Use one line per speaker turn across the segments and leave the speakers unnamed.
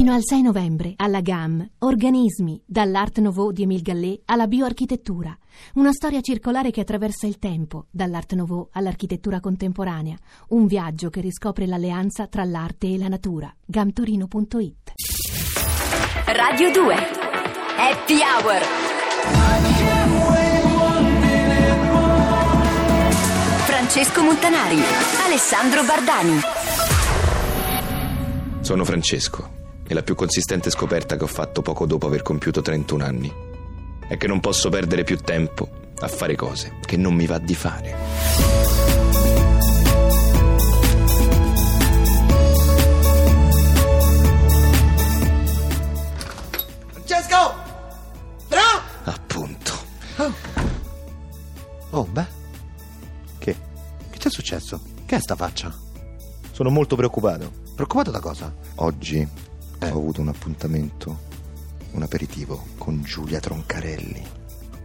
Fino al 6 novembre, alla GAM, Organismi, dall'Art Nouveau di Émile Gallet alla bioarchitettura, una storia circolare che attraversa il tempo, dall'Art Nouveau all'architettura contemporanea, un viaggio che riscopre l'alleanza tra l'arte e la natura. gamtorino.it
Radio 2 Happy Hour Francesco Montanari Alessandro Bardani
Sono Francesco e la più consistente scoperta che ho fatto poco dopo aver compiuto 31 anni è che non posso perdere più tempo a fare cose che non mi va di fare.
Francesco! Fra!
Appunto.
Oh, beh. Che? Che ti è successo? Che è sta faccia?
Sono molto preoccupato.
Preoccupato da cosa?
Oggi
Eh.
ho avuto un appuntamento, un aperitivo con Giulia Troncarelli.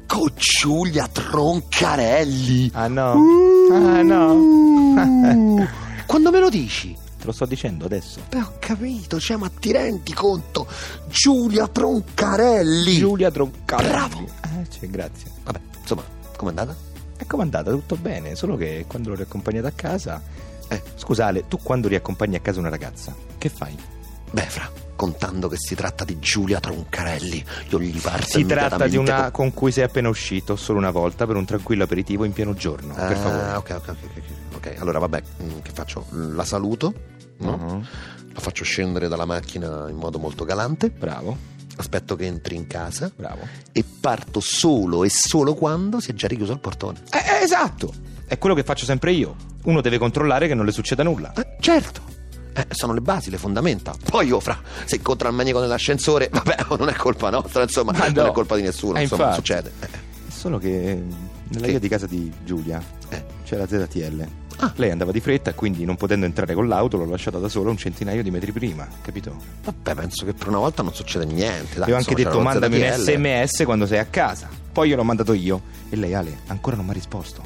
Con Giulia Troncarelli!
Ah no,
Uh!
ah no,
Uh, Quando me lo dici?
te lo sto dicendo adesso.
Beh, ho capito, cioè, ma ti rendi conto? Giulia Troncarelli!
Giulia Troncarelli.
Bravo.
Eh, sì, grazie.
Vabbè, insomma, com'è andata?
È comandata, tutto bene, solo che quando l'ho riaccompagnata a casa...
Eh.
Scusale, tu quando riaccompagni a casa una ragazza, che fai?
Beh, fra, contando che si tratta di Giulia Troncarelli, io gli parto
Si tratta di
immediatamente
una
con-
con cui sei appena uscito solo una volta per un tranquillo aperitivo in pieno giorno, per
Ah,
favore.
ok, ok, ok, ok, ok. Ok, allora vabbè, mm, che faccio? La saluto, no?
Uh-huh.
Mhm,
La faccio scendere dalla macchina in modo molto galante.
Bravo,
Aspetto che entri in casa
bravo.
e parto solo e solo quando si è già richiuso il portone.
Eh, eh, esatto, è quello che faccio sempre io. Uno deve controllare che non le succeda nulla.
Eh, certo! Eh, sono le basi, le fondamenta. Poi io, fra, se incontra il maniaco nell'ascensore, vabbè, non è colpa nostra, insomma,
Ma
non
no.
è colpa di nessuno,
Eh,
insomma,
infatti.
succede. Eh,
Solo che eh, nella
Che?
via di casa di Giulia
Eh.
c'è la ZTL.
Ah.
Lei andava di fretta, quindi non potendo entrare con l'auto l'ho lasciata da sola un centinaio di metri prima, capito?
vabbè, penso che per una volta non succede niente. Dai,
Le ho anche
insomma,
detto
c'era la
mandami un
ZTL.
sms quando sei a casa. Poi gliel'ho mandato io. E lei, Ale, ancora non mi ha risposto.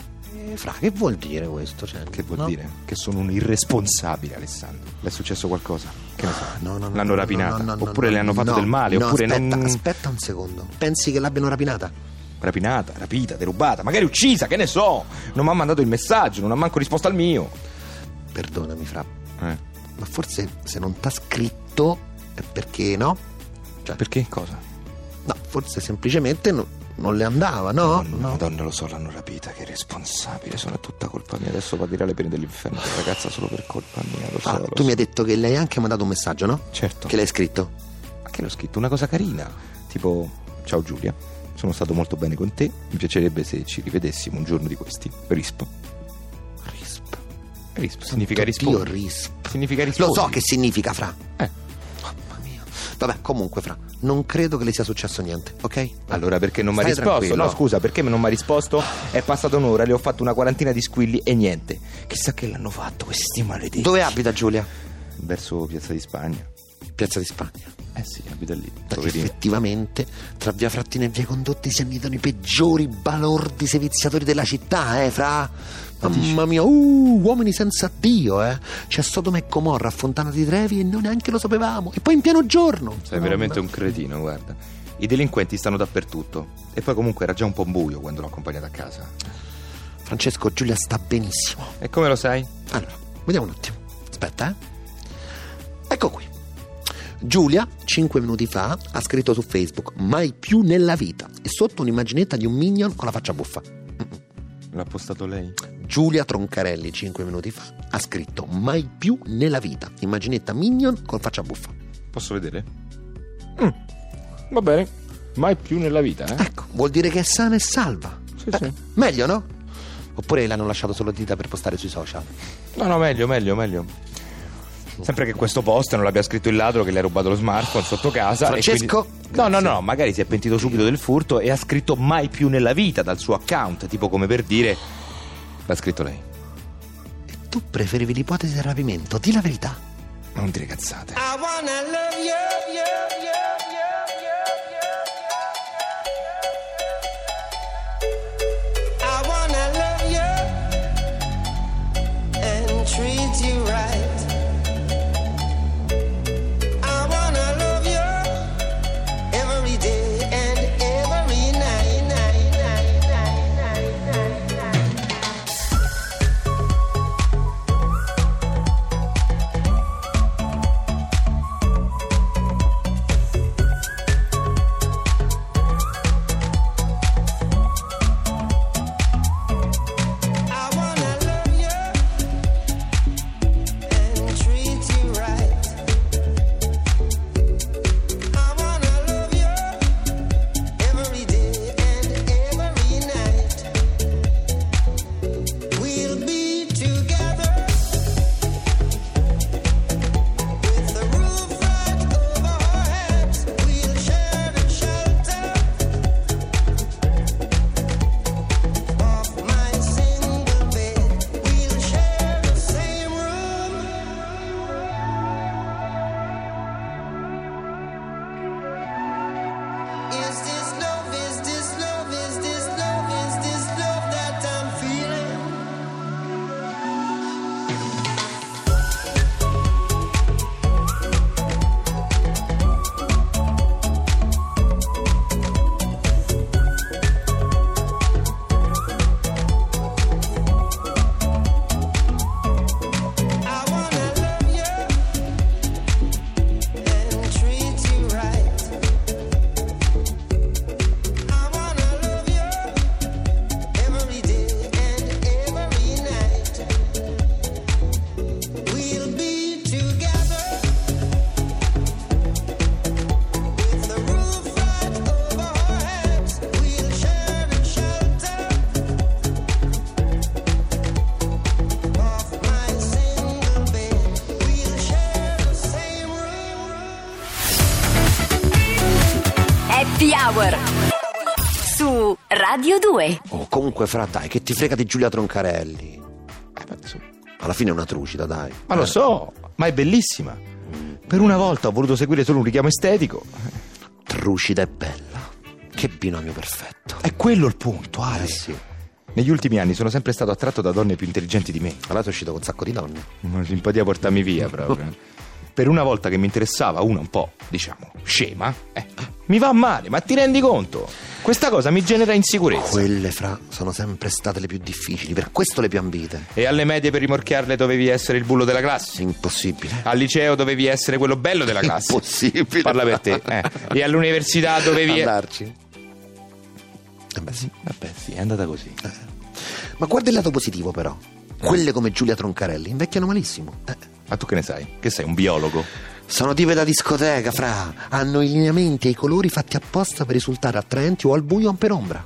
Eh, fra, che vuol dire questo? Cioè,
Che vuol
no?
dire? Che sono un irresponsabile, Alessandro. Le è successo qualcosa? Che ne so.
Ah, No, no, no,
L'hanno
no,
rapinata.
no, no, no,
oppure
no,
le hanno fatto
no,
del male.
no,
oppure
aspetta,
non.
Aspetta un secondo. Pensi che l'abbiano rapinata?
Rapinata, rapita, derubata, magari uccisa, che ne so. Non mi ha mandato il messaggio, non ha manco risposto al mio.
Perdonami, fra.
Eh.
Ma forse se non t'ha scritto è perché no? Cioè,
Perché cosa?
no, forse semplicemente no- non le andava, no?
Madonna,
Oh, No.
Madonna, lo so, l'hanno rapita, che responsabile, sono è tutta colpa mia. Adesso va a dire alle pene dell'inferno che ragazza solo per colpa mia, lo so.
Ah,
lo
tu
so.
mi hai detto che lei hai anche mandato un messaggio, no?
Certo.
Che l'hai scritto?
Ma che l'ho scritto? Una cosa carina, tipo "Ciao Giulia, sono stato molto bene con te, mi piacerebbe se ci rivedessimo un giorno di questi". Rispo.
RISP.
Rispo significa
Io
rispondere.
RISP.
Significa
Lo
rispondere.
so che significa, fra.
Eh.
Mamma mia. Vabbè, comunque, fra, non credo che le sia successo niente, ok?
Allora perché non mi ha
Stai
risposto?
tranquillo.
No, scusa, perché non mi ha risposto? È passata un'ora, le ho fatto una quarantina di squilli e niente. Chissà che l'hanno fatto questi maledetti.
Dove abita Giulia?
Verso Piazza di Spagna.
Piazza di Spagna.
Eh sì, abita lì. Poverino.
Effettivamente, tra via Frattina e via Condotti si annidano i peggiori balordi seviziatori della città, eh, fra. Mamma mia, uh, uomini senza Dio, eh. C'è Sodoma e Comorra a Fontana di Trevi e noi neanche lo sapevamo. E poi in pieno giorno.
Sei veramente un cretino, guarda. I delinquenti stanno dappertutto. E poi comunque era già un po' buio quando l'ho accompagnata a casa.
Francesco, Giulia sta benissimo.
E come lo sai?
Allora, vediamo un attimo. Aspetta, eh. Ecco qui. Giulia, 5 minuti fa, ha scritto su Facebook: Mai più nella vita. E sotto un'immaginetta di un minion con la faccia buffa.
L'ha postato lei?
Giulia Troncarelli, 5 minuti fa, ha scritto Mai più nella vita. Immaginetta Minion con faccia buffa.
Posso vedere? Mm. Va bene. Mai più nella vita, eh?
Ecco, vuol dire che è sana e salva.
Sì,
Eh,
sì.
Meglio, no? Oppure l'hanno lasciato solo dita per postare sui social.
No, no, meglio, meglio, meglio. Sempre che questo post non l'abbia scritto il ladro che le ha rubato lo smartphone sotto casa. e
Francesco,
quindi- No, no, no, magari si è pentito subito del furto e ha scritto mai più nella vita dal suo account, tipo come per dire... L'ha scritto lei.
E tu preferivi l'ipotesi del rapimento, di la verità.
Non dire cazzate.
I wanna love you, you, you, you, you, you, you, you. I wanna love you and treat you right. I wanna love
Happy Hour su Radio 2.
Oh, comunque, fra, dai, che ti frega di Giulia Troncarelli?
Eh, vabbè, su.
Alla fine è una trucida, dai.
Ma lo
Eh,
so, ma è bellissima. Per una volta ho voluto seguire solo un richiamo estetico.
Trucida e bella. Che binomio perfetto.
È quello il punto, Ale.
Eh sì.
Negli ultimi anni sono sempre stato attratto da donne più intelligenti di me.
Allora sei uscito con un sacco di donne.
Una simpatia portarmi via proprio. eh. per una volta che mi interessava una un po', diciamo, scema, eh, mi va male, ma ti rendi conto? Questa cosa mi genera insicurezza.
Quelle, fra, sono sempre state le più difficili, per questo le più ambite.
E alle medie per rimorchiarle dovevi essere il bullo della classe.
Impossibile.
Al liceo dovevi essere quello bello della classe.
Impossibile.
Parla per te. eh. E all'università dovevi.
Andarci. Eh beh, sì.
Vabbè, sì, è andata così.
Ma guarda il lato positivo, però.
Eh.
Quelle come Giulia Troncarelli invecchiano malissimo. Eh.
Ma tu che ne sai? Che sei un biologo?
Sono tipe da discoteca, fra. Hanno i lineamenti e i colori fatti apposta per risultare attraenti o al buio o in penombra.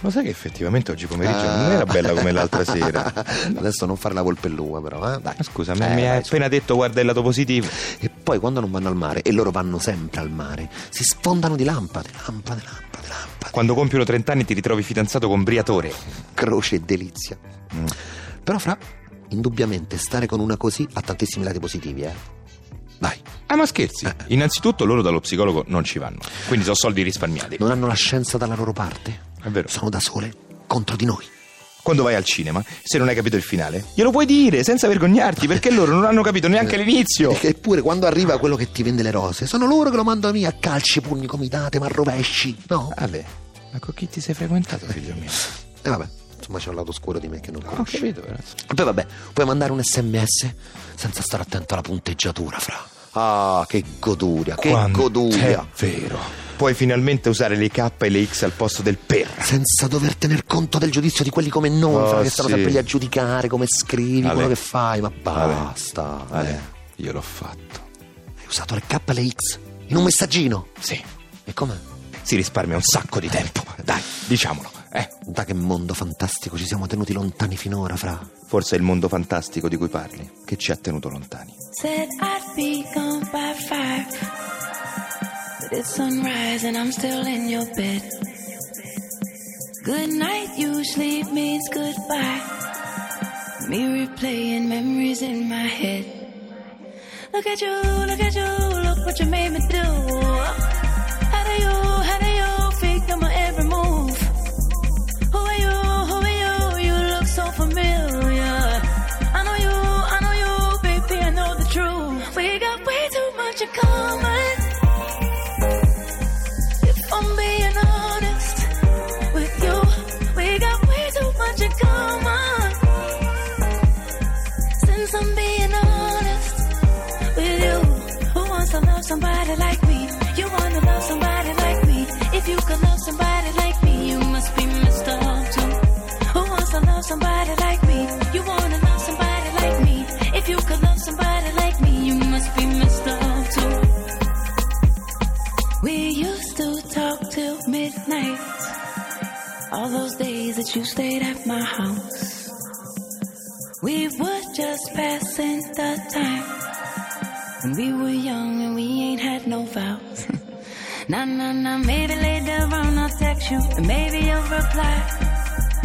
Lo sai che effettivamente oggi pomeriggio Eh, non era bella come l'altra sera.
Adesso non fare la polpelluga, però, eh? Dai.
Ma Scusa,
Eh,
mi- mi hai
dai, su.
appena detto guarda il lato positivo.
E poi quando non vanno al mare, e loro vanno sempre al mare, si sfondano di lampade, lampade, lampade, lampade.
Quando compiono 30 anni ti ritrovi fidanzato con Briatore.
Croce e delizia. Però, fra, indubbiamente stare con una così ha tantissimi lati positivi, eh. Vai.
Ah, ma
Eh.
scherzi? Innanzitutto loro dallo psicologo non ci vanno, quindi sono soldi risparmiati.
Non hanno la scienza dalla loro parte.
È vero.
Sono da sole contro di noi.
Quando vai al cinema, se non hai capito il finale, glielo puoi dire senza vergognarti, perché loro non hanno capito neanche l'inizio.
Eh. Perché pure quando arriva quello che ti vende le rose, sono loro che lo mandano via a calci, pugni, comitate, ma rovesci. No?
Ale, ma con chi ti sei frequentato, figlio mio?
E vabbè, insomma c'è un lato oscuro di me che non
Ho
conosci.
capito, ragazzi.
E poi vabbè, puoi mandare un sms senza stare attento alla punteggiatura, fra. Ah, che goduria, che goduria.
vero. Puoi finalmente usare le K e le X al posto del per.
Senza dover tener conto del giudizio di quelli come noi,
Oh,
fra, che stanno
sì.
sempre lì a giudicare come scrivi,
Ale.
quello che fai, ma
Ale.
basta.
Ale,
Eh.
io l'ho fatto.
Hai usato le K e le X in un messaggino.
Sì,
E com'è?
si risparmia un sacco di tempo. Dai, diciamolo. Eh.
Da che mondo fantastico ci siamo tenuti lontani finora, fra.
Forse è il mondo fantastico di cui parli che ci ha tenuto lontani.
Said I'd be gone by five. But it's sunrise and I'm still in your bed. Good night usually means goodbye. Me replaying memories in my head. Look at you, look at you, look what you made me do. How do you, how do you figure my every move? Who are you? Who are you? You look so familiar. I know you, I know you, baby, I know the truth. We got way too much in common. If I'm being honest with you, we got way too much in common. Since I'm being honest with you, who wants to love somebody like me? You wanna love somebody like me. If you could love somebody like me, you must be messed up too. Who wants to love somebody like me? You wanna love somebody like me. If you could love somebody like me, you must be messed up too. We used to talk till midnight. All those days that you stayed at my house. We were just passing the time. When we were young and we ain't had no vows. nah, nah, nah, maybe later on I'll text you and maybe you'll reply.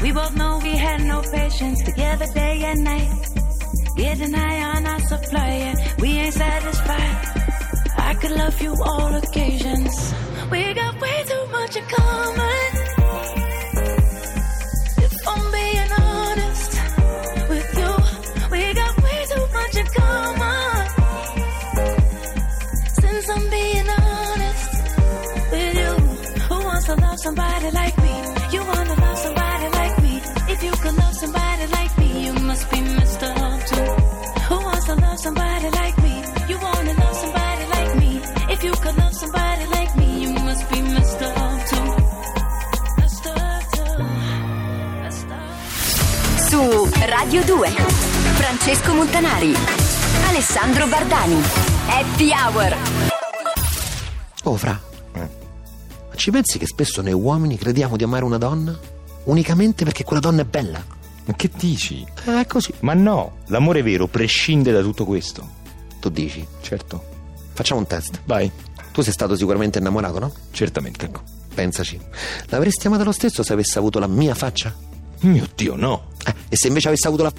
We both know we had no patience together day and night. Getting high on our supply, yeah, we ain't satisfied. I could love you all occasions. We got way too much in common. If I'm being honest with you, we got way too much in common. Since I'm being honest with you, who wants to love somebody like me? You wanna love somebody like me. If you could love somebody like me, you must be messed up too. Who wants to love somebody like me? You wanna love somebody like me. If you could love somebody like me, you must be messed up too. Messed up too. Messed up.
Su Radio 2 Francesco Montanari, Alessandro Bardani. Happy Hour
Oh, fra. Ma ci pensi che spesso noi uomini crediamo di amare una donna unicamente perché quella donna è bella?
Ma che dici?
Eh, è così.
Ma no, l'amore vero prescinde da tutto questo.
Tu dici,
Certo.
facciamo un test.
Vai.
Tu sei stato sicuramente innamorato, no?
Certamente ecco. no.
Pensaci. L'avresti amata lo stesso se avesse avuto la mia faccia?
Mio Dio, no.
Eh, e se invece avesse avuto la...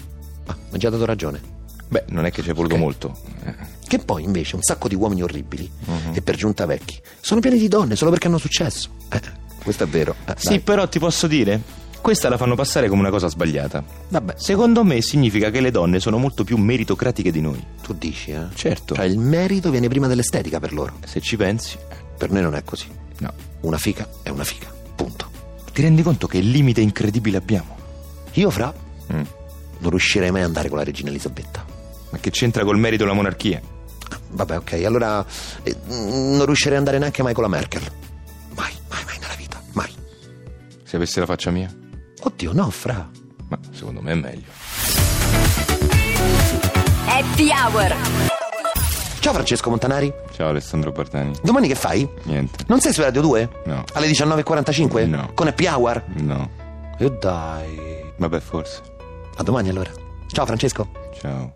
Ah, mi ha già dato ragione.
Beh, non è che ci è voluto molto. Eh,
Che poi invece un sacco di uomini orribili, e per giunta vecchi, sono pieni di donne solo perché hanno successo. Eh, questo è vero. Eh,
Sì,
dai.
però ti posso dire, questa la fanno passare come una cosa sbagliata.
Vabbè, se
Secondo me significa che le donne sono molto più meritocratiche di noi.
tu dici, eh.
Certo.
Cioè il merito viene prima dell'estetica per loro.
Se ci pensi, eh,
Per noi non è così.
no.
Una fica è una fica. Punto.
Ti rendi conto che limite incredibile abbiamo?
Io fra non riuscirei mai ad andare con la regina Elisabetta.
Ma che c'entra col merito la monarchia?
Vabbè, ok, allora eh, mm, non riuscirei ad andare neanche mai con la Merkel. Mai, mai, mai nella vita, mai.
Se avessi la faccia mia?
Oddio, no, fra.
Ma secondo me è meglio.
Happy Hour
Ciao Francesco Montanari,
Ciao Alessandro Bartani.
domani che fai?
Niente.
Non sei su Radio 2?
No.
Alle 19.45?
No.
Con Happy Hour?
No.
E dai.
Vabbè, forse.
A domani allora. Ciao Francesco.
Ciao.